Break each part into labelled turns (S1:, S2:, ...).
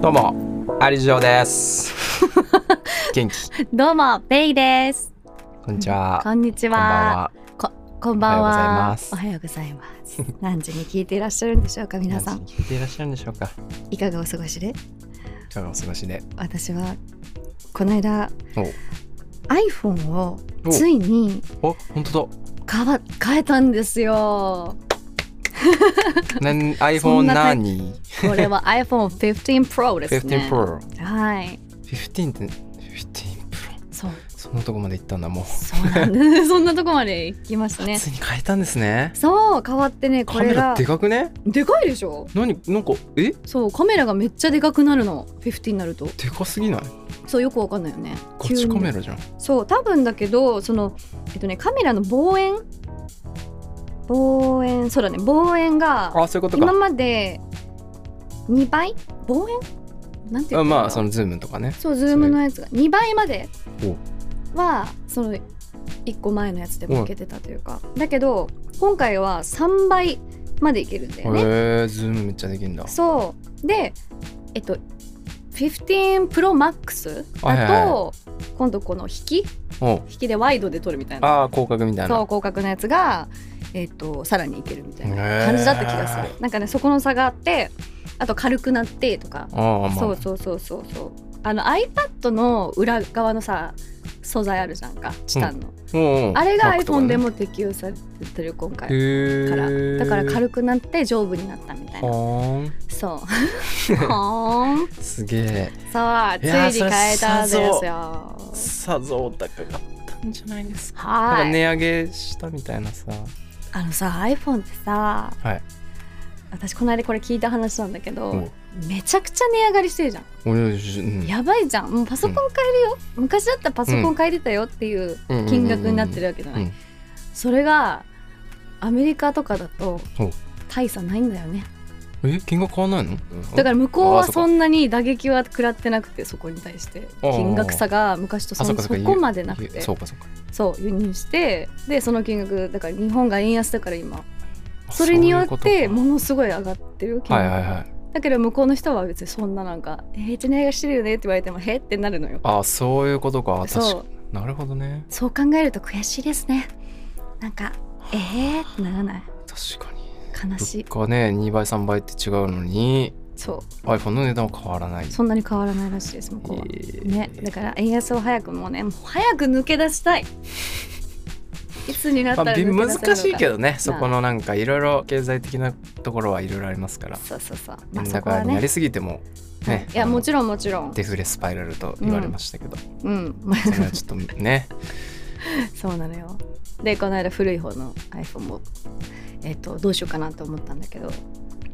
S1: どうも、アリジオ です。元気。
S2: どうも、ベイです。
S1: こんにちは。
S2: こんにち
S1: こんばん
S2: は。
S1: は。
S2: こんばん
S1: お
S2: は。
S1: は
S2: はようございます。何時に聞いていらっしゃるんでしょうか、皆さん。
S1: 聞いていらっしゃるんでしょうか。
S2: いかがお過ごしで
S1: いかがお過ごしで。
S2: 私は、この間
S1: お、
S2: iPhone を
S1: お
S2: ついに
S1: お、本 当
S2: 変わ変えたんですよ。
S1: だ。なん、
S2: そ
S1: iPhone
S2: んなタイ
S1: 何
S2: これは iPhone15 Pro ですね。
S1: ?15 Pro。
S2: はい。
S1: 15って、15 Pro。
S2: そう。
S1: そんなとこまで行ったんだ、もう。
S2: そうなんです。そんなとこまで行きましたね
S1: 普。通に変えたんですね。
S2: そう、変わってね、こ
S1: カ
S2: れ
S1: メ
S2: が
S1: ラ。でかくね
S2: でかいでしょ
S1: 何なんか、え
S2: そう、カメラがめっちゃでかくなるの。15になると。
S1: でかすぎない
S2: そうよくわかんないよね。
S1: ガチカメ
S2: 急に
S1: ラじゃん。
S2: そう多分だけどそのえっとねカメラの望遠望遠そうだね望遠が
S1: あ、そういうこと
S2: 今
S1: か。
S2: まで2倍望遠なんて言ったら
S1: あ
S2: いいんだろう
S1: まあ、そのズームとかね。
S2: そうズームのやつが2倍まで
S1: お
S2: はその1個前のやつでもいけてたというかだけど今回は3倍までいけるんだ
S1: へえ
S2: よね。
S1: ー、ズームめっちゃできんだ。
S2: そうでえっと 15ProMax
S1: はいはい
S2: だ
S1: は
S2: と今度この引き
S1: お
S2: 引きでワイドで撮るみたいな
S1: ああ、広角みたいな。
S2: そう広角のやつが、えっとさらにいけるみたいな
S1: へー
S2: 感じだった気がする、なんかねそこの差があってあと軽くなってとか、
S1: ああ、まあ。
S2: そうそうそうそうそうあの iPad の裏側のさ素材あるじゃんかチタンの、
S1: うんうん
S2: あれが
S1: Mac とか
S2: iPhone
S1: ね
S2: でも適用されてる今回
S1: へえ
S2: から、だから軽くなって丈夫になったみたいな
S1: はー
S2: そうほーん
S1: んすげえ
S2: そうつ
S1: いやー
S2: いに変えたんです
S1: それさ
S2: よ
S1: さぞお高かったんじゃないですかなん
S2: は
S1: か
S2: い、
S1: 値上げしたみたいなさ
S2: あのさ iPhone ってさ、
S1: はい
S2: 私この間これ聞いた話なんだけど、
S1: うん
S2: めちゃくちゃ値上がりしてるじゃん、
S1: 俺じうん
S2: やばいじゃんもうパソコン買えるよ、昔だったらパソコン買えてたよっていう金額になってるわけじゃない、
S1: うんうん
S2: それがアメリカとかだと
S1: お
S2: 大差ないんだよね
S1: え金額変わらないの
S2: だからら向こう
S1: あ
S2: は
S1: そうか
S2: そんなに打撃は食らってなくてそこに対して
S1: あー
S2: 金額差が昔とそんそこまでなくて
S1: そうかそうか
S2: そう輸入してでその金額だから日本が円安だから今
S1: あ
S2: それによっ
S1: そうい
S2: て
S1: うこ
S2: ものすごい上がってる
S1: と
S2: 金
S1: はい
S2: 額
S1: はい
S2: が
S1: はい
S2: だけど向こうの人は別にそんななんか「えー、一年がしてるよね」って言われても「へっ?」ってなるのよ
S1: あそういうことか確
S2: そ
S1: か
S2: う
S1: なるほどね
S2: そう考えると悔しいですねなんか「えー?」ってならない
S1: 確かに
S2: 悲し
S1: 物
S2: い
S1: 価ね2倍3倍って違うのに
S2: そ
S1: iPhone の値段は変わらないう
S2: そんなに変わらないらしいです向こうは、ねだから円安を早くもうねもう早く抜け出したいいつになった
S1: ま
S2: ら
S1: あ、
S2: 抜け
S1: び
S2: 出せるの
S1: 難
S2: か
S1: しいけどねそこのなんかいろいろ経済的なところはいろいろありますから、
S2: そうそうそうまあ
S1: 円
S2: そこ
S1: 高
S2: は
S1: にな
S2: ね
S1: りすぎてもね、
S2: いや
S1: あの
S2: もちろんもちろん
S1: デフレスパイラルと言われましたけど、
S2: うん
S1: それはちょっとね
S2: そうなのよでこの間古い方の iPhone を、えっとどうしようかなと思ったんだけど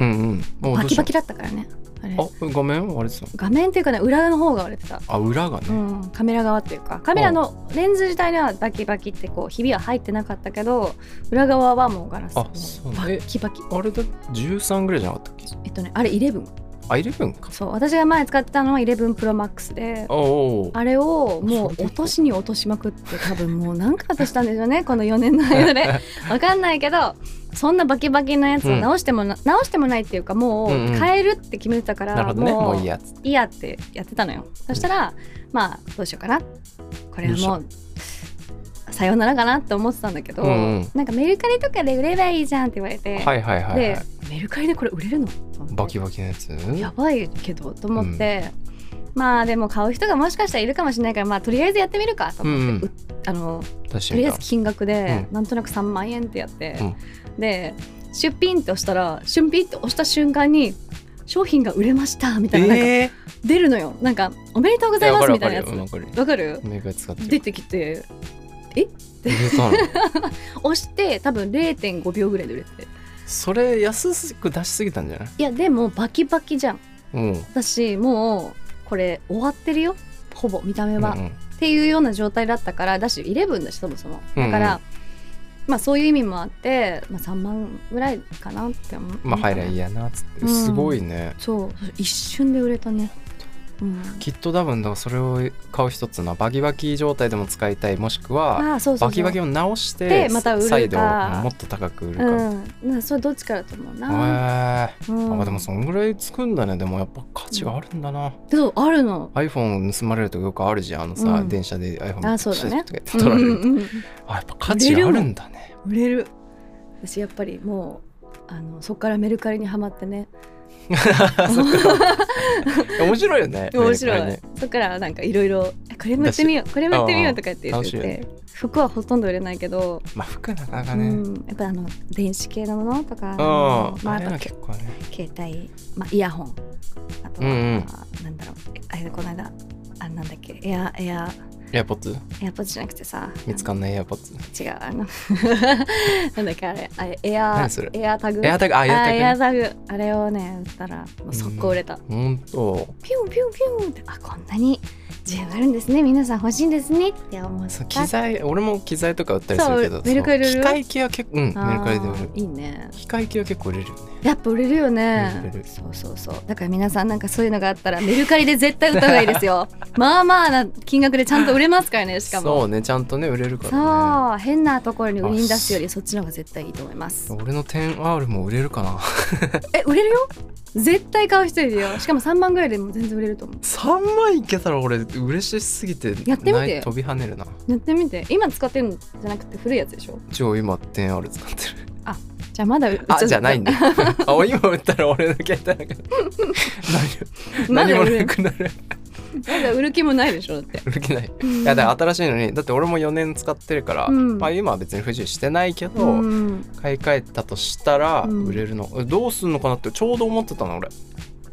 S1: うんうんも
S2: バ
S1: どう
S2: キ
S1: し
S2: バ
S1: た
S2: キだったからねあれ
S1: あ画面割れてた
S2: 画面っていうかね裏の方が割れてた、
S1: あ裏が
S2: う
S1: ね、
S2: ん、カメラ側っていうかカメラのレンズ自体にはバキバキってこうひびは入ってなかったけど裏側はもうガラス
S1: あそう
S2: バ
S1: なんだ
S2: ッキバキ
S1: あれだ13ぐらいじゃなかったっけ
S2: えっとねあれ11
S1: あ11か
S2: そう私が前使ってたのは 11ProMax で
S1: おお
S2: あれをもう落としに落としまくって多分もう何回落としたんでしょうね この4年の間で わかんないけどそんなバキバキなやつを直してもな、直してもないっていうかもう
S1: うんうん
S2: 変えるって決めてたか
S1: なる
S2: ら、
S1: ほどねも
S2: も
S1: う
S2: う
S1: いい
S2: い
S1: やつ
S2: いやってやってたのよそしたらまあどうしようかなこれはもうさようならかなって思ってたんだけど、
S1: うんうん
S2: なんかメルカリとかで売ればいいじゃんって言われて、
S1: はいはいはい、はい
S2: で、メルカリでこれ売れるのと思って
S1: バキバキのやつ
S2: やばいけどと思って、まあでも買う人がもしかしたらいるかもしれないからまあとりあえずやってみるかと
S1: うん
S2: 思って、
S1: うん
S2: うあの
S1: 出して
S2: とり
S1: み
S2: あえ
S1: た
S2: ず金額で、
S1: う
S2: なんとなく3万円ってやって、で出品って押したら出品って押した瞬間に商品が売れましたみたいな,、なんか
S1: え
S2: 出るのよなんかおめでとうご
S1: ー、い
S2: ざい
S1: や
S2: ま
S1: わか
S2: す
S1: る
S2: み
S1: わ
S2: た
S1: かる
S2: いなやつわ
S1: わかる
S2: かる
S1: メーカー使ってる
S2: 出てきて
S1: 売れたの
S2: 押して多分0.5秒ぐらいで売れてて
S1: それ安く出しすぎたんじゃない
S2: いやでもバキバキじゃん
S1: うん
S2: 私もうこれ終わってるよほぼ見た目は、
S1: うんうん
S2: っていうような状態だったからだし11だしそもそも
S1: うんう
S2: だ
S1: ん
S2: から、まあそういう意味もあって、まあ、3万ぐらいかなって思う
S1: まあ入りゃいいやなっつって、
S2: うん
S1: すごいね
S2: そう一瞬で売れたねうん
S1: きっと多分だからそれを買う一つのはバキバキ状態でも使いたいもしくは
S2: ああそうそうそう
S1: バキバキを直して
S2: でまた売るか
S1: 再度もっと高く売るか、へ
S2: うんなそれどっちからと思うな、
S1: え
S2: うん、
S1: あでもそんぐらいつくんだねでもやっぱ価値があるんだな、
S2: そうあるの
S1: iPhone 盗まれるとよくあるじゃんあのさ、
S2: うん
S1: 電車で iPhone
S2: あそうだね
S1: プシュッとか言って取られる、
S2: うんうんうん
S1: あやっぱ価値があるんだね
S2: 売れる私やっぱりもうあのそこからメルカリにはまってね
S1: そっか面白いよね
S2: 面白
S1: メルカ
S2: い、
S1: リね
S2: そこからなんかいろいろ「これもやってみようこれもやってみよう」とかって言っ
S1: 楽
S2: て
S1: しいよね
S2: て服はほとんど売れないけど、
S1: まあ服なかなか
S2: う
S1: ね、
S2: ん、やっぱあの電子系のものと
S1: ああ、
S2: かまあ、
S1: あ
S2: あ
S1: れ
S2: と
S1: は結構ね。
S2: 携帯、まあ、イヤホンあとは、
S1: うんうん
S2: なんだろうあれこの間あなんだっけエアエア
S1: エアポッツ
S2: エアポッドじゃなくてさ
S1: 見つかんないエアポッツ。
S2: 違うあの なんだっけあれあれエア
S1: 何それ
S2: エアタグ
S1: エアタグ、あ、エ
S2: あエ
S1: ア
S2: ア
S1: タグ。
S2: タグあれをね売ったらもう速攻売れた、
S1: ほんと。
S2: ピュンピュンピュンってあこんなに需要あるんですね皆さん欲しいんですねって思った
S1: そう機材、俺も機材とか売ったりするけど、
S2: そうメルカリで売る
S1: そう機械系は結構、うん、メル
S2: あー
S1: カリで売る。
S2: いいね
S1: 機械系は結構売れるよね。
S2: やっぱ売れるよ
S1: 売れ
S2: ね
S1: る売れる
S2: そうそうそうだから皆さんなんかそういうのがあったらメルカリで絶対売った方がいいで すよまあまあな金額でちゃんと売れますからねしかも
S1: そうね、ちゃんとね、売れる
S2: そう,、
S1: からね。
S2: 変なところに売りに出すよりそっちの方が絶対いいと思います
S1: 俺の 10R も売れるかな
S2: え売れるよ絶対買う人いるよしかも3万ぐらいでも全然売れると思う
S1: 3万いけたら俺嬉しすぎて
S2: やってみて
S1: ない飛び跳ねるな
S2: やってみて今使ってるのじゃなくて古いやつでしょ
S1: 一応今 10R 使ってる
S2: じゃあまだ
S1: あじゃあないん
S2: だ
S1: だ あ今売ったら俺だけだから
S2: ま
S1: 何
S2: だ
S1: も
S2: 売れ
S1: なくなる
S2: まだ売る気もないでしょだって
S1: 売る気ない
S2: い
S1: いやだから新しいのにだって俺も4年使ってるから、
S2: うん
S1: まあ、今は別に不自由してないけど、
S2: うん、
S1: 買い替えたとしたら
S2: うん
S1: 売れるの、えどうすんのかなってちょうど思ってたの俺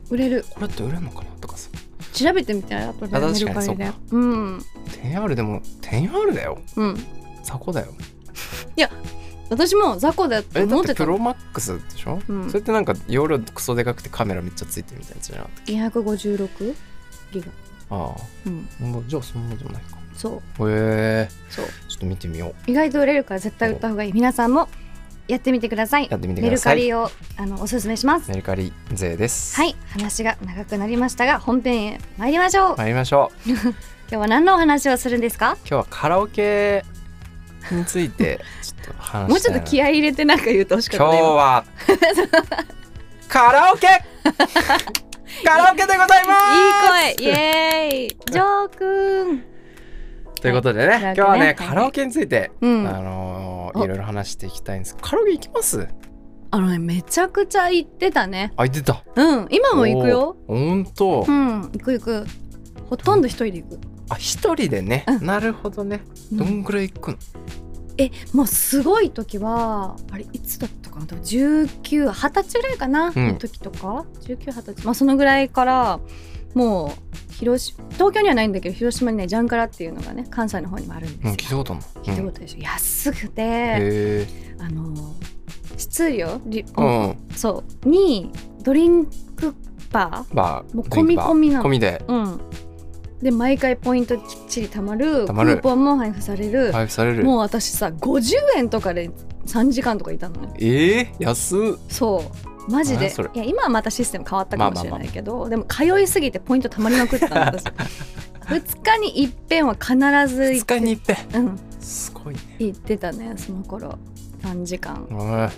S2: 売れる
S1: これって売れるのかなとかさ
S2: 調べてみたらやっぱ
S1: あ
S2: ねメ
S1: 確
S2: ル
S1: かに
S2: カリで
S1: そうか
S2: うん、
S1: 10R でも 10R だよ
S2: うん、
S1: 雑魚だよ
S2: 私も雑魚だって
S1: えだ
S2: 思
S1: っ
S2: って
S1: て
S2: た
S1: プ
S2: の
S1: ロマックスでしょ、
S2: うん
S1: それってなんか容量クソでかくてカメラめっちゃついてるみたいなやつじゃなかった
S2: 256ギガ
S1: あ
S2: うん
S1: あもうじゃあそんなでもないか
S2: そう
S1: へえ
S2: そう
S1: ちょっと見てみよう
S2: 意外と売れるから絶対売った方がいい皆さんもやってみてください
S1: やってみて
S2: メ
S1: くだ
S2: ルカ
S1: さい
S2: リをあのおすすめします
S1: メルカリ勢です
S2: はい話が長くなりましたが本編へ参りましょう、
S1: 参りましょう
S2: 今日は何のお話をするんですか
S1: 今日はカラオケについてちょっと話したいな
S2: もうちょっと気合い入れてなんか言うとほしか
S1: 今
S2: っ
S1: 日
S2: たよ
S1: はカラ オケカラオケでございます
S2: いい声イエーイジョーくん
S1: ということでね、今
S2: カラオケね
S1: 日は
S2: は
S1: ね
S2: い
S1: カラオケについて、
S2: うん
S1: あのー
S2: お
S1: いろいろ話していきたいんですカラオケ行きます
S2: あのねめちゃくちゃ行ってたね
S1: あ、出た
S2: うん今も行くよ
S1: おーほんと、
S2: うん行く行くほとんど一人で行く、
S1: あ、一人でね、
S2: うん
S1: なるほどね
S2: うん
S1: どんぐらい行くの、
S2: えもうすごい時はあれいつだったかな多分1920歳ぐらいかな、
S1: ん
S2: の時とか1920歳まあそのぐらいからもう広島東京にはないんだけど広島にねジャンカラっていうのがね関西の方にもあるん
S1: うん、
S2: で
S1: 聞い
S2: す
S1: た
S2: よ、
S1: ことない
S2: 聞いた
S1: うん
S2: こ
S1: へ
S2: とでしょ安くて、
S1: え
S2: あの質量り
S1: うん
S2: そうにドリンクバ
S1: まあ
S2: もう込み込みなの
S1: 込みで
S2: ーうんで毎回ポイントきっちり貯まる
S1: 貯まる
S2: クーポンも配布される、
S1: 配布される
S2: もう私さ50円とかで3時間とかいたのね
S1: ええ安っ
S2: そうマジ
S1: 何
S2: で
S1: それ
S2: いや今はまたシステム変わったかもしれ
S1: まあまあ
S2: な
S1: ま
S2: いけど、でも通いすぎてポイントたまりまくってたの 私2日にいっぺんは必ず行
S1: 2
S2: って
S1: 日にいっぺん
S2: うん、
S1: すごいね
S2: 行ってたねその頃3時間行
S1: おい
S2: っ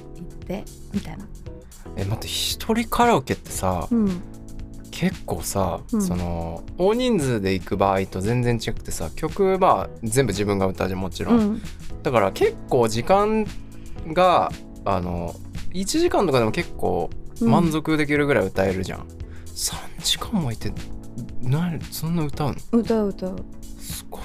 S2: てみたいな
S1: え待って一人カラオケってさ、
S2: うん
S1: 結構さ、
S2: うん
S1: その大人数で行く場合と全然違くてさ曲まあ全部自分が歌じゃんもちろ、
S2: うんん
S1: だから結構時間があの1時間とかでも結構
S2: うん
S1: 満足できるぐらい歌えるじゃん、3時間もいてなそんな歌うの
S2: 歌う歌う
S1: すごい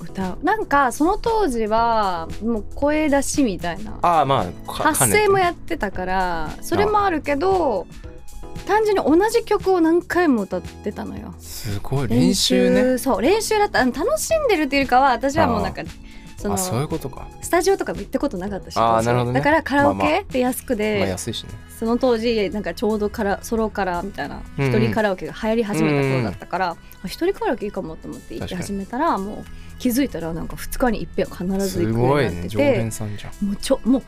S2: 歌うなんかその当時はもう声出しみたいな
S1: ああまあか
S2: 発声も
S1: かね
S2: やってたからそれもあるけど単純に同じ曲を何回も歌ってたのよ
S1: てすごい練習ね
S2: そう練習だったあの楽しんでるっていうよりかは私はもうなんかその
S1: あそういうことか
S2: スタジオとかも行ったことなかったし
S1: あー
S2: 当時
S1: なるほどね
S2: だからカラオ
S1: まあま
S2: ケで安くで、
S1: まあ安いしね
S2: その当時なんかちょうどからソロカラーみたいな
S1: うんう
S2: 一
S1: ん
S2: 人カラオケが流行り始めた頃だったから、あ一人カラオケいいかもと思って行って
S1: 確か
S2: 始めたらもう気づいたらなんか2日に一遍は必ず
S1: す
S2: 行くよう
S1: ご
S2: に
S1: い
S2: なっ
S1: ね
S2: て
S1: 常
S2: て、
S1: 連さんじゃん
S2: もうちょもう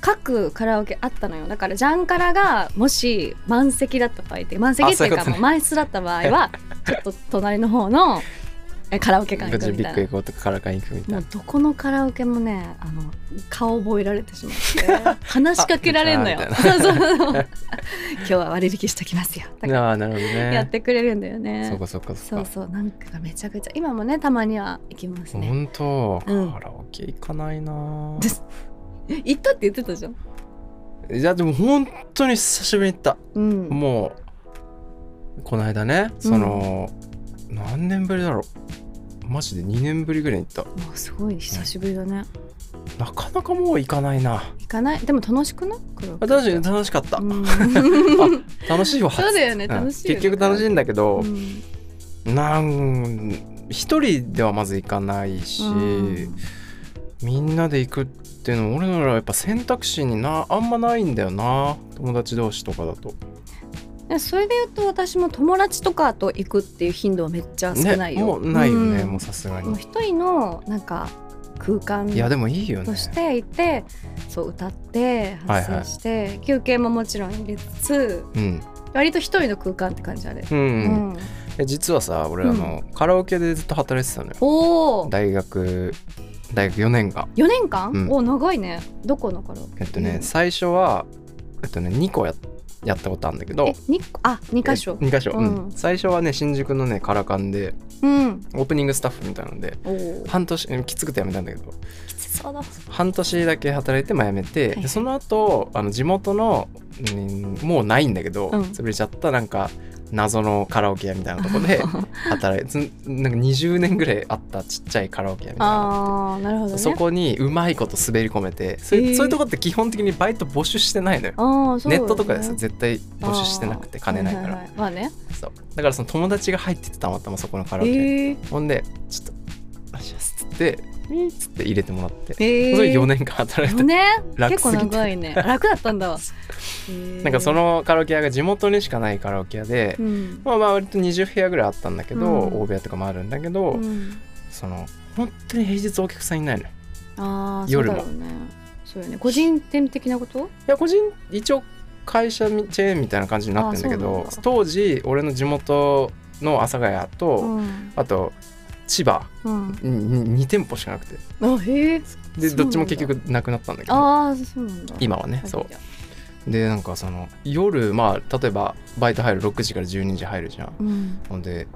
S2: 各カラオケあったのよだからジャンカラがもし満席だった場合って満席っていう
S1: あ
S2: か
S1: そういうことね
S2: もう満室だった場合はちょっと隣の方のえカラオケ館
S1: ガ
S2: 行く
S1: チ
S2: み
S1: ビ
S2: た
S1: ッグ
S2: い
S1: 行こうとかカラカン行くみたい
S2: なも
S1: な
S2: うどこのカラオケもねあの顔覚えられてしまって 話しかけられんのよ
S1: あみ
S2: そうそうそう今日は割引しときますよだから
S1: ああーなるほどね
S2: やってくれるんだよね
S1: そうかそうかそう
S2: そう
S1: か
S2: そうなんかめちゃくちゃ今もねたまには行きますね
S1: 本当、
S2: うん
S1: カラオケ行かないなぁ
S2: です行ったって言ってたじゃん
S1: いやでも本当に久しぶりに行った、
S2: うん
S1: もうこの間ねその、何年ぶりだろうマジで2年ぶりぐらいに行っ
S2: もうすごい久しぶりだね。
S1: たなかなかもう行かないな
S2: 行かない、でも楽しくない。クロ
S1: あ楽しい楽しかった、
S2: うん
S1: 楽しいわ
S2: そうだよね
S1: ん
S2: 楽しいよね
S1: 結局楽しいんだけど
S2: う、ん
S1: なん一人ではまず行かないし、
S2: うん
S1: みんなで行くっていうの俺ならやっぱ選択肢になあんまないんだよな友達同士とかだと
S2: でそれで言うと、私も友達とかと行くっていう頻度はめっちゃ少ない
S1: ね、も
S2: よ。
S1: うないよね、
S2: うん
S1: もうさすが
S2: もう
S1: に
S2: 一人の、なんか、空間
S1: いやでもいいよね
S2: としていて。そう、歌って、発声して、休憩ももちろん入れつつ。
S1: うん、
S2: 割と一人の空間って感じあれ。
S1: うん
S2: う
S1: うん
S2: ん、
S1: え実はさ俺あの、カラオケでずっと働いてたのよ
S2: おお、
S1: 大学大学4年が
S2: 四年間、
S1: うん
S2: お長いね。どこの頃。
S1: えっとね、
S2: うん
S1: 最初はえっとね2個ややったことあるんだけど
S2: え、二個、あ、二箇所。
S1: 2箇所、うん
S2: うん
S1: 最初はね新宿のねカラカンで
S2: うん。
S1: オープニングスタッフみたいなので
S2: おお。
S1: 半年うんきつくて辞めたんだけど
S2: きつそうだ。
S1: 半年だけ働いてまあ辞めて、
S2: はいはい
S1: でその後あの地元の、うんもうないんだけど、
S2: うん
S1: 潰れちゃったなんか謎のカラオケ屋みたいなとこ で働いてなんか20年ぐらいあったちっちゃいカラオケ屋みたいな。
S2: ああ、なるほどね。
S1: そこにうまいこと滑り込めてそ,、う
S2: へ
S1: い
S2: ー
S1: そういうとこって基本的にバイト募集してないのよ
S2: ああ、そう
S1: ネ
S2: だよね
S1: ットとかでさ絶対募集してなくて金ないから、
S2: はははまあね。
S1: そうだからその友達が入っててたまたまそこのカラオケ、
S2: ええ
S1: ほんでちょっと「あしゃす」っつって「みー」っつって入れてもらって、
S2: ええ
S1: それ4年間働いて
S2: 四年
S1: 楽
S2: 結
S1: す
S2: 構
S1: ぎて
S2: 長いね。楽だったん だわ。
S1: なんかそ
S2: の、
S1: のカラオケ屋が地元にしかないカラオケ屋で、
S2: うん。
S1: まあまあ割と20部屋ぐらいあったんだけど、
S2: うん
S1: 大部屋とかもあるんだけど、
S2: うん
S1: その本当に平日お客さんいないのよ
S2: ああ、そう
S1: 夜
S2: だ
S1: も
S2: ろうね。そうよね。個人店的なこと？
S1: いや個人一応会社みチェーンみたいな感じになってんだけ
S2: あそう
S1: ど
S2: なんだ
S1: 当時俺の地元の阿佐ヶ谷と、
S2: うん。
S1: あと千葉
S2: うん。
S1: に2店舗しかなくて
S2: あ、へえ。
S1: で
S2: そうなんだ
S1: どっちも結局なくなったんだけど
S2: ああ、そうなんだ。
S1: 今はね
S2: あ
S1: そう
S2: じゃあ
S1: でなんかその夜まあ例えばバイト入る6時から12時入るじゃん
S2: うん。
S1: ほんで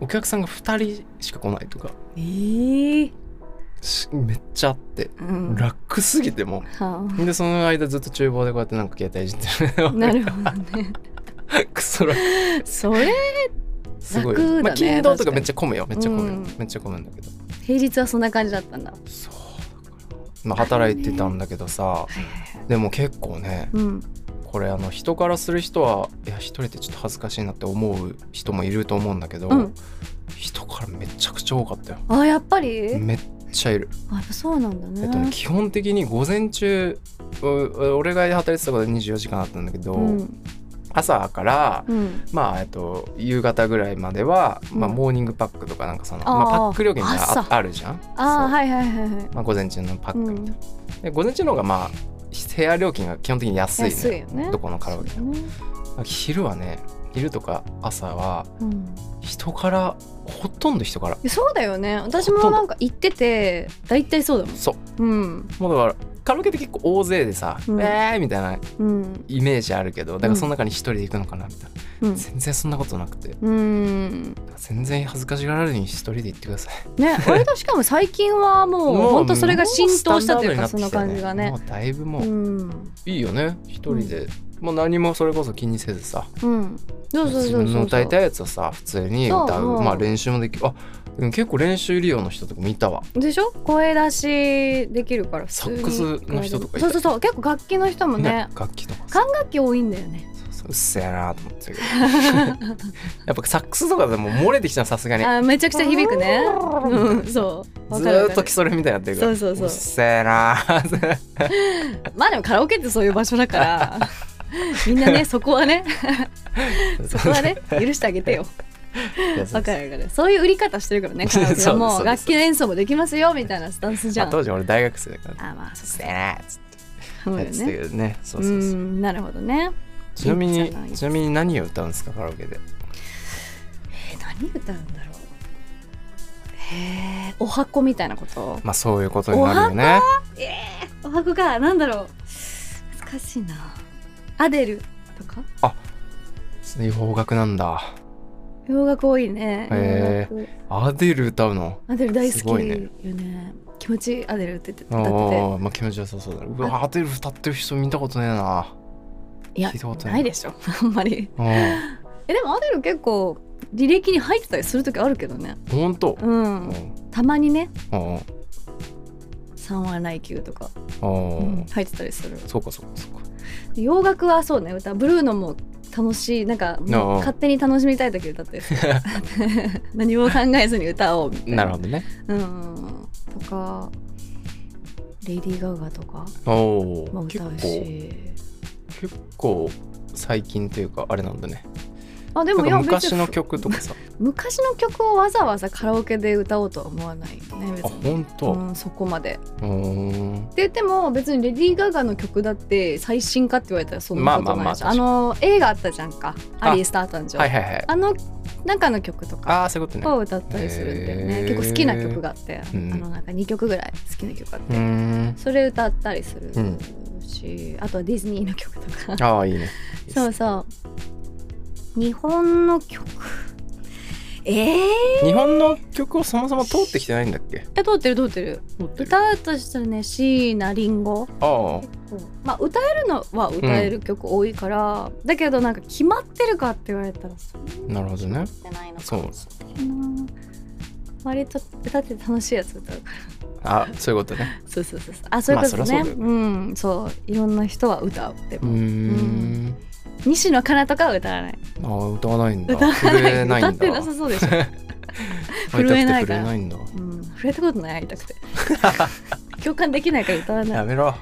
S1: お客さんが2人しか来ないとか
S2: ええ。
S1: しめっちゃあって
S2: うん。は
S1: 楽すぎても
S2: あ。
S1: うでその間ずっと厨房でこうやってなんか携帯いじってる
S2: なるほどね。
S1: クソ楽
S2: それ
S1: すごい、
S2: 楽だね
S1: まあ金堂と
S2: 確
S1: か
S2: かに
S1: めっちゃ混むよめっちゃ混むよ、
S2: うん
S1: めっちゃ混むんだけど
S2: 平日はそんな感じだったんだ。は
S1: そうまあ働いてたんだけどさ
S2: いはいはい。
S1: でも結構ね
S2: うん。
S1: これあの人からする人はいや一人でちょっと恥ずかしいなって思う人もいると思うんだけど、
S2: うん
S1: 人からめちゃくちゃ多かったよ
S2: あ、やっぱり。
S1: めっちゃいる、
S2: あやっぱそうなんだね。
S1: えっとね、基本的に午前中う俺が働いてたことは24時間あったんだけど、
S2: うん
S1: 朝から
S2: うん、
S1: まあえっと夕方ぐらいまでは、まあ、
S2: うん
S1: モーニングパックとかなんかその、
S2: あー
S1: まあ、パック料金があ
S2: 朝
S1: あるじゃん
S2: ああ
S1: そう
S2: はいはいはいはい。
S1: まあ、午前中のパックみたいな、
S2: うん
S1: で午前中の方がまあ部屋料金が基本的に安い,、ね、
S2: 安いよね
S1: どこのカラオケでも
S2: そうだね
S1: 昼はね昼とか朝は
S2: うん
S1: 人からほとんど人から
S2: えそうだよね。私
S1: ほと
S2: も
S1: んど
S2: なんか行ってて大体そうだもん。
S1: そう
S2: うん
S1: もうだからカラオケって結構大勢でさ「
S2: うん
S1: えー!」みたいな
S2: うん
S1: イメージあるけどだからその中に一人で行くのかなみたいな、
S2: うん
S1: 全然そんなことなくて
S2: うん。
S1: 全然恥ずかしがられるに一人で行ってください
S2: ね割としかも最近はもう
S1: もう
S2: 本当それが浸透したというか
S1: もスタ
S2: そ
S1: ンダ
S2: の
S1: ード
S2: 感
S1: に
S2: じ
S1: な
S2: が
S1: ってきたよも。うだ
S2: ね
S1: いぶも
S2: う
S1: う、
S2: ん
S1: いいよね一人で、もう何もそれこそ気にせずさ
S2: うん。そうそう
S1: 自
S2: そう
S1: 分の
S2: そう
S1: 歌いたいやつをさ普通に歌う
S2: そうそう
S1: まあ練習もできるあでも結構練習利用の人とか見たわ
S2: でしょ声出しできるから普通に
S1: サックスの人とかいた
S2: そうそうそう結構楽器の人もね
S1: 楽器とかさ
S2: 管楽器多いんだよね
S1: そうそううっせえなと思ってたけど やっぱサックスとかでも漏れてきたのさすがに
S2: あーめちゃくちゃ響くね。うん、そう。わ
S1: ず
S2: かるわ
S1: ー
S2: か
S1: っ
S2: る
S1: と基礎練みたいになってるから
S2: そうそうそう
S1: っせえなー
S2: まあでもカラオケってそういう場所だ から。みんなね、そこはね、そこはね、許してあげてよ。
S1: いやそう
S2: わかるわかる。そういう売り方してるからね、カラオケは
S1: そうそう
S2: も
S1: そう
S2: う楽器の演奏もできますよみたいなスタンスじゃ
S1: まあ
S2: ん。あ
S1: 当時俺大学生だから
S2: まあ、
S1: 「うっ
S2: そ
S1: せえな」っつって
S2: そう
S1: や
S2: よ
S1: ってたけ
S2: ね。
S1: どねそう
S2: う
S1: そうそうん
S2: なるほどね。
S1: ちなみ
S2: いい
S1: に
S2: んじゃない
S1: ちなみに何を歌うんですかカラオケで
S2: えー何歌うんだろう。へえお箱みたいなこと。
S1: まあそういうことになるよね
S2: ええお箱かなんだろう。難しいな。アデルとか
S1: そういう方角なんだ
S2: 洋楽多いね。
S1: へえ
S2: 洋楽
S1: アデル歌うの
S2: アデル大
S1: す
S2: 好
S1: ご
S2: き
S1: いね
S2: よね。気持ちいいアデルって言って歌ってて。
S1: おーまあ気持ちよさそうだねうわアデル歌ってる人見たことねえない
S2: や
S1: 聞いたことない
S2: ないでしょ あんまり
S1: うん
S2: えでもアデル結構履歴に入ってたりする時あるけどね
S1: ほんと
S2: うん
S1: うん
S2: たまにね
S1: うんうん
S2: 「三話来球」とか、
S1: うん
S2: うん入ってたりする
S1: そうかそうかそうか
S2: 洋楽はそうね歌ブルーノも楽しいなんかも
S1: あ
S2: う
S1: あ
S2: 勝手に楽しみたい時歌ってる 何も考えずに歌おうみたいな
S1: なるほどね
S2: うんとかレイディー・ガガとか
S1: お
S2: も
S1: お結
S2: 歌う
S1: 構
S2: し
S1: 結構最近というかあれなんだね
S2: あで
S1: な
S2: も
S1: ん
S2: い
S1: か
S2: や
S1: 昔の
S2: 別に
S1: 曲とかさ
S2: 昔の曲をわざわざカラオケで歌おうとは思わないよ ね別
S1: あ
S2: に
S1: ほんと
S2: うん、そこまで。
S1: うーん
S2: って言っても別にレディー・ガガの曲だって最新かって言われたらそんなこと
S1: まあ
S2: な
S1: まあ
S2: いし、
S1: まあ
S2: あの映画あったじゃんか「
S1: あ
S2: アリー・スター誕生」
S1: はいはいはい
S2: あの中の曲とか
S1: ああそういうことね
S2: を歌ったりするんだよね、
S1: へー
S2: 結構好きな曲があって、
S1: うん
S2: あのなんか2曲ぐらい好きな曲あっ
S1: う
S2: て、
S1: ーん
S2: それ歌ったりする
S1: うん
S2: し、あとはディズニーの曲と か
S1: ああいいね
S2: そうそう日本の曲ええ
S1: 日本の曲をそもそも通ってきてないんだっけ
S2: ー、通ってる通ってる
S1: 通ってる
S2: 歌うとしたらね椎名林檎
S1: ああ
S2: まあ歌えるのは歌える曲多いから、だけどなんか決まってるかって言われたらそん
S1: なるほどね
S2: 決まってないのか
S1: そ
S2: も
S1: う
S2: しれないな割と歌ってて楽しいやつ歌うから
S1: あそういうことね
S2: そうそうそうそうあそういうことですね、
S1: まあそりゃそうだ
S2: うんそういろんな人は歌うで
S1: うー
S2: も、
S1: ん
S2: 西野カナとかは歌わない
S1: ああ歌わないんだ
S2: 歌わ
S1: 震えないんだ
S2: 歌ってなさそうで しょ、
S1: 会い
S2: 震
S1: た
S2: えな
S1: くて震
S2: いから
S1: えないんだ
S2: うん、触れたことない会いたくて共感できないから歌わ な
S1: や
S2: い
S1: めろ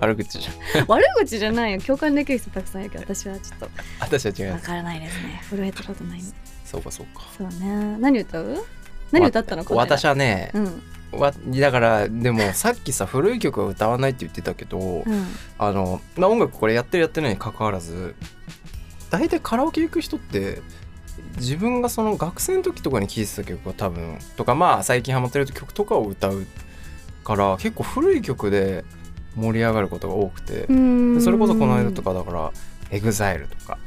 S1: 悪口じゃん
S2: 悪口じゃないよ共感できる人たくさんいるけど私はちょっと
S1: 私は違い
S2: わ
S1: ます
S2: からないですね震えたことない
S1: そうかそうか
S2: そうね。何歌う？何歌ったの？この間
S1: 私はね
S2: うん
S1: わだからでもさっきさ古い曲は歌わないって言ってたけど
S2: うん。
S1: あの、まあ、音楽これやってるやってないにかかわらず大体カラオケ行く人って自分がその学生の時とかに聴いてた曲を多分とかまあ最近ハマってる曲とかを歌うから結構古い曲で盛り上がることが多くて
S2: う、ーん
S1: でそれこそこの間と。かだから「EXILE」とか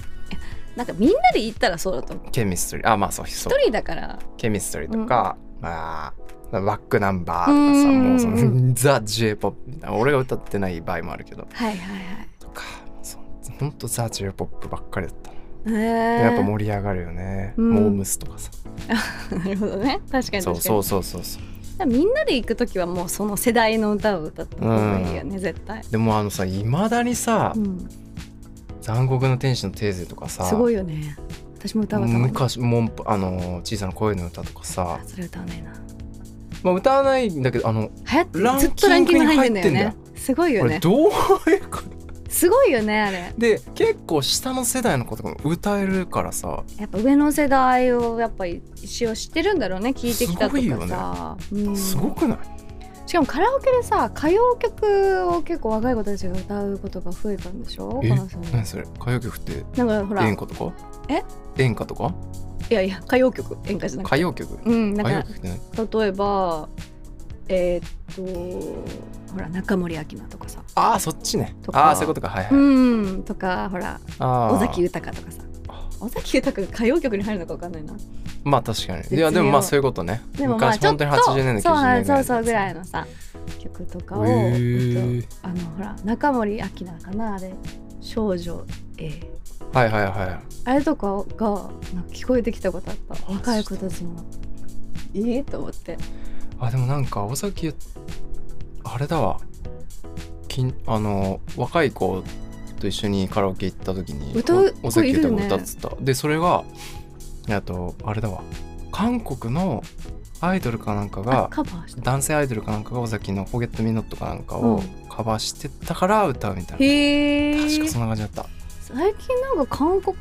S2: なんかみんなで行ったらそうだと思う。
S1: 「Chemistry」あまあそうそう
S2: 一人だから。
S1: ケミストリーとか、まあバックナンバーとかさ、
S2: うんうんうん
S1: もうその ザ・ J−POP みたいな俺が歌ってない場合もあるけど
S2: はいはいはい。
S1: とかそほんとザ・ J−POP ばっかりだったな、
S2: えー、
S1: やっぱ盛り上がるよね、
S2: うん
S1: モームスとかさ
S2: なるほどね確かに確か
S1: そ
S2: に
S1: うそうそうそうそう
S2: だからみんなで行く時はもうその世代の歌を歌った方がいいよね、絶対、
S1: でもあのさいまだにさ、
S2: うん、
S1: 残酷の天使のテーゼ」とかさ
S2: すごいよね私も歌わない
S1: 昔もんあの小さな声の歌とかさ、
S2: それ歌わないな
S1: まあ、歌わないんだけどあの、
S2: 流行
S1: ラ
S2: っ
S1: ン
S2: ずっとランキングに入ってん
S1: キ
S2: だよ
S1: ングに入
S2: ねすごい
S1: こ
S2: よ
S1: れ
S2: ね
S1: どういうこと
S2: すごいよねあれ
S1: で結構下の世代の子とかも歌えるからさ
S2: やっぱ上の世代をやっぱり一応知ってるんだろうね聞いてきたと
S1: すご
S2: か
S1: い
S2: さうん
S1: すごくない
S2: しかもカラオケでさ歌謡曲を結構若い子たちが歌うことが増えたんでしょ
S1: え
S2: この人
S1: 何それ歌謡曲って
S2: なんかほら
S1: 演
S2: い
S1: 歌とか
S2: え
S1: 演歌とか
S2: やいや歌謡曲演歌じゃなくて
S1: 歌謡曲
S2: うん
S1: 歌
S2: な
S1: 謡
S2: ん
S1: 曲って何
S2: か例えばえーっとほら中森明菜とかさ
S1: ああそっちね
S2: とか
S1: ああそういうことかはいはい、
S2: うんとかほら
S1: あー
S2: 尾崎豊とかさ尾崎豊が歌謡曲に入るのかわかんないな
S1: まあ確かにい
S2: 絶
S1: や
S2: 妙
S1: でもまあそういうことね
S2: でもまあ
S1: 昔
S2: ちょ
S1: 本
S2: っと
S1: 当に80年代
S2: そうな
S1: 90
S2: ん
S1: 年代
S2: そうそうぐらいのさ曲とかを、
S1: へ
S2: えっ
S1: ー
S2: とあのほら中森明菜かなあれ少女 A
S1: はいはいは
S2: あれとかがなんか聞こえてきたことあった
S1: あ
S2: 若い子たちもええと思って
S1: いあでもなんか尾崎あれだわきんあの若い子と一緒にカラオケ行った時に
S2: 歌う
S1: お尾崎
S2: 子いる
S1: 豊
S2: よ
S1: も
S2: ね
S1: 歌ってた、でそれがあとあれだわ韓国のアイドルかなんか
S2: あ
S1: が
S2: カバーして
S1: 男性アイドルかなんかが尾崎の「ポケットミノット」かなんかを
S2: うん
S1: カバーしてたから歌うみたいな、
S2: へえ
S1: 確かそんな感じだった
S2: 最近なんか韓国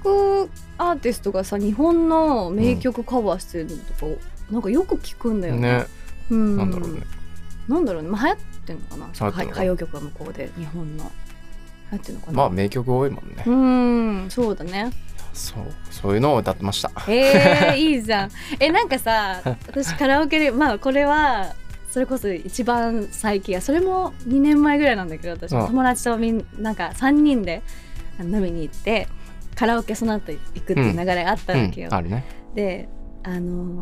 S2: アーティストがさ日本の名曲カバーしてるのとか、なんかよく聞くんだよね
S1: ね、
S2: うん
S1: なんだろうね
S2: なんだろうね、まあ、流行ってんのかな
S1: 行ってんのか
S2: はい歌謡曲は向こうで日本の流行ってんのかな、
S1: まあ名曲多いもんね
S2: うーんそうだね
S1: そうそういうのを歌ってました
S2: えー、いいじゃんえなん かさ私カラオケでまあこれはそれこそ一番最近やそれも2年前ぐらいなんだけど私
S1: うん
S2: 友達とみんなんか3人であの飲みに行ってカラオケその後行くっていう流れがあった
S1: う
S2: わ
S1: ん
S2: けよ、
S1: あるね
S2: であのー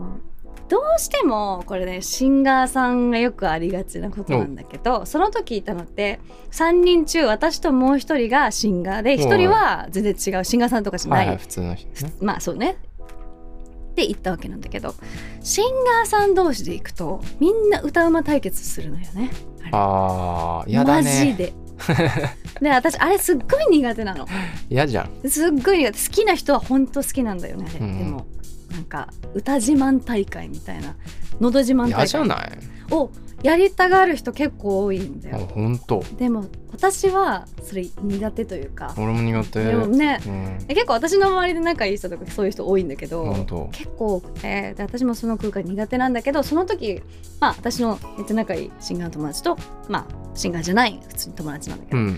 S2: どうしてもこれねシンガーさんがよくありがちなことなんだけどその時いたのって3人中私ともう1人がシンガーで1人は全然違うシンガーさんとかじゃな
S1: はい
S2: い、
S1: はい普通の人ね
S2: まあそうねって言ったわけなんだけどシンガーさん同士で行くとみんな歌うま対決するのよね
S1: あ
S2: あ
S1: ー
S2: れ
S1: やだ
S2: マジ
S1: ね
S2: でで私あれすっごい苦手なの
S1: 嫌じゃん
S2: すっごい苦手好きな人は本当好きなんだよねあれ、
S1: うん
S2: でもなんか歌自慢大会みたいなのど自慢
S1: 嫌
S2: 大
S1: じゃ
S2: 会
S1: ない
S2: をやりたがる人結構多いんだ
S1: あ
S2: よ
S1: 本当
S2: でも私はそれ苦手というか
S1: 俺も苦手
S2: でもね
S1: うん
S2: 結構私の周りで仲いい人とかそういう人多いんだけど、
S1: 本当
S2: 結構多くてで私もその空間苦手なんだけどその時、まあ、私のめっちゃ仲いいシンガーの友達と、まあ、シンガーじゃない普通に友達なんだけ
S1: う
S2: ど、
S1: ん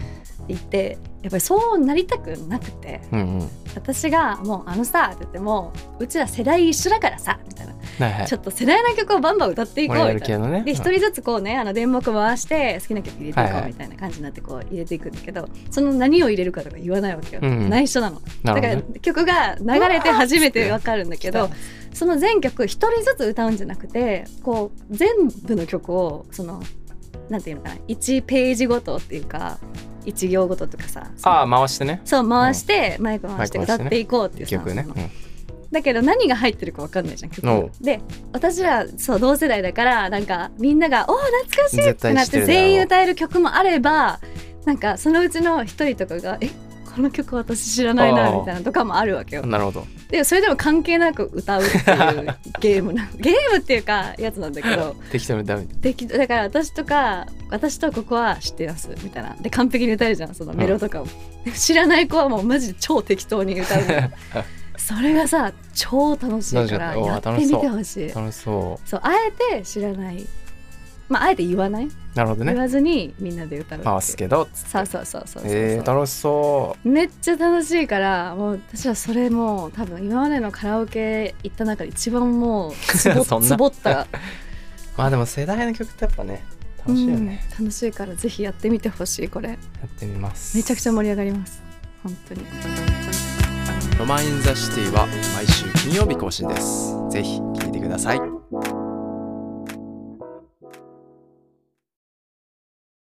S2: 行ってやっぱりそうなりたくなくて
S1: うんうん
S2: 私が「もうあのさ」って言っても「うちら世代一緒だからさ」みたいな、
S1: はいはい
S2: ちょっと世代の曲をバンバン歌っていこうみ
S1: 俺
S2: た
S1: や
S2: い
S1: る
S2: な
S1: 系。のね
S2: で一人ずつこうねあの電目回して好きな曲入れてい
S1: はい
S2: こ
S1: は
S2: う
S1: い
S2: みたいな感じになってこう入れていくんだけど、その何を入れるかとか言わないわけよ、
S1: うん
S2: 内緒なの
S1: な
S2: だ
S1: るほ
S2: か
S1: ど
S2: ら
S1: ね
S2: 曲が流れて初めてわかるんだけ
S1: うわ
S2: どその全曲一人ずつ歌うんじゃなくてこう全部の曲をそのなんていうのかな1ページごとっていうか1行ごととかさその
S1: ああ回してね
S2: そう回して、マイク回して
S1: マイク回して
S2: 歌
S1: ね
S2: っていこうっていう
S1: 一
S2: さ
S1: 曲ね
S2: その
S1: うん
S2: だけど何が入ってるかわかんないじゃん曲
S1: おう
S2: で私らそう同世代だからなんかみんなが「おお懐かしい!」っ
S1: 絶
S2: て
S1: 対
S2: なっ
S1: 知ってる
S2: て
S1: だろう
S2: 全員歌える曲もあればなんかそのうちの一人とかが「えこの曲私知らないな」
S1: あー
S2: みたいなのとかもあるわけよ。
S1: なるほど
S2: でそれでも関係なく歌うっていうゲームな ゲームっていうかやつなんだけど
S1: 適当にダメ
S2: できだから私とか私とここは知ってますみたいなで完璧に歌えるじゃんそのメロとかも、知らない子はもうマジで超適当に歌う のよそれがさ超楽しい
S1: 楽しか
S2: から
S1: ったおー
S2: やって
S1: 楽し
S2: み
S1: そう
S2: てほしいそう
S1: 楽しそ
S2: あえて知らないまああえて言わない、
S1: うなるほど
S2: 言
S1: ね
S2: わずにみんなで歌うっていう
S1: 回すけどつって
S2: そうそうそうそうそうそう、
S1: えー、楽しそ
S2: めっちゃ楽しいからもう私はそれもう多分今までのカラオケ行った中で一番 もうつ
S1: そ
S2: ぼ
S1: んな
S2: つぼった
S1: うまあでも世代の曲ってやっぱね楽しいよね、
S2: うん楽しいからぜひやってみてほしいこれ
S1: やってみます
S2: めちゃくちゃ盛り上がります本当に
S1: ロマン・イン・ザ・シティは毎週金曜日更新ですぜひ聴いてください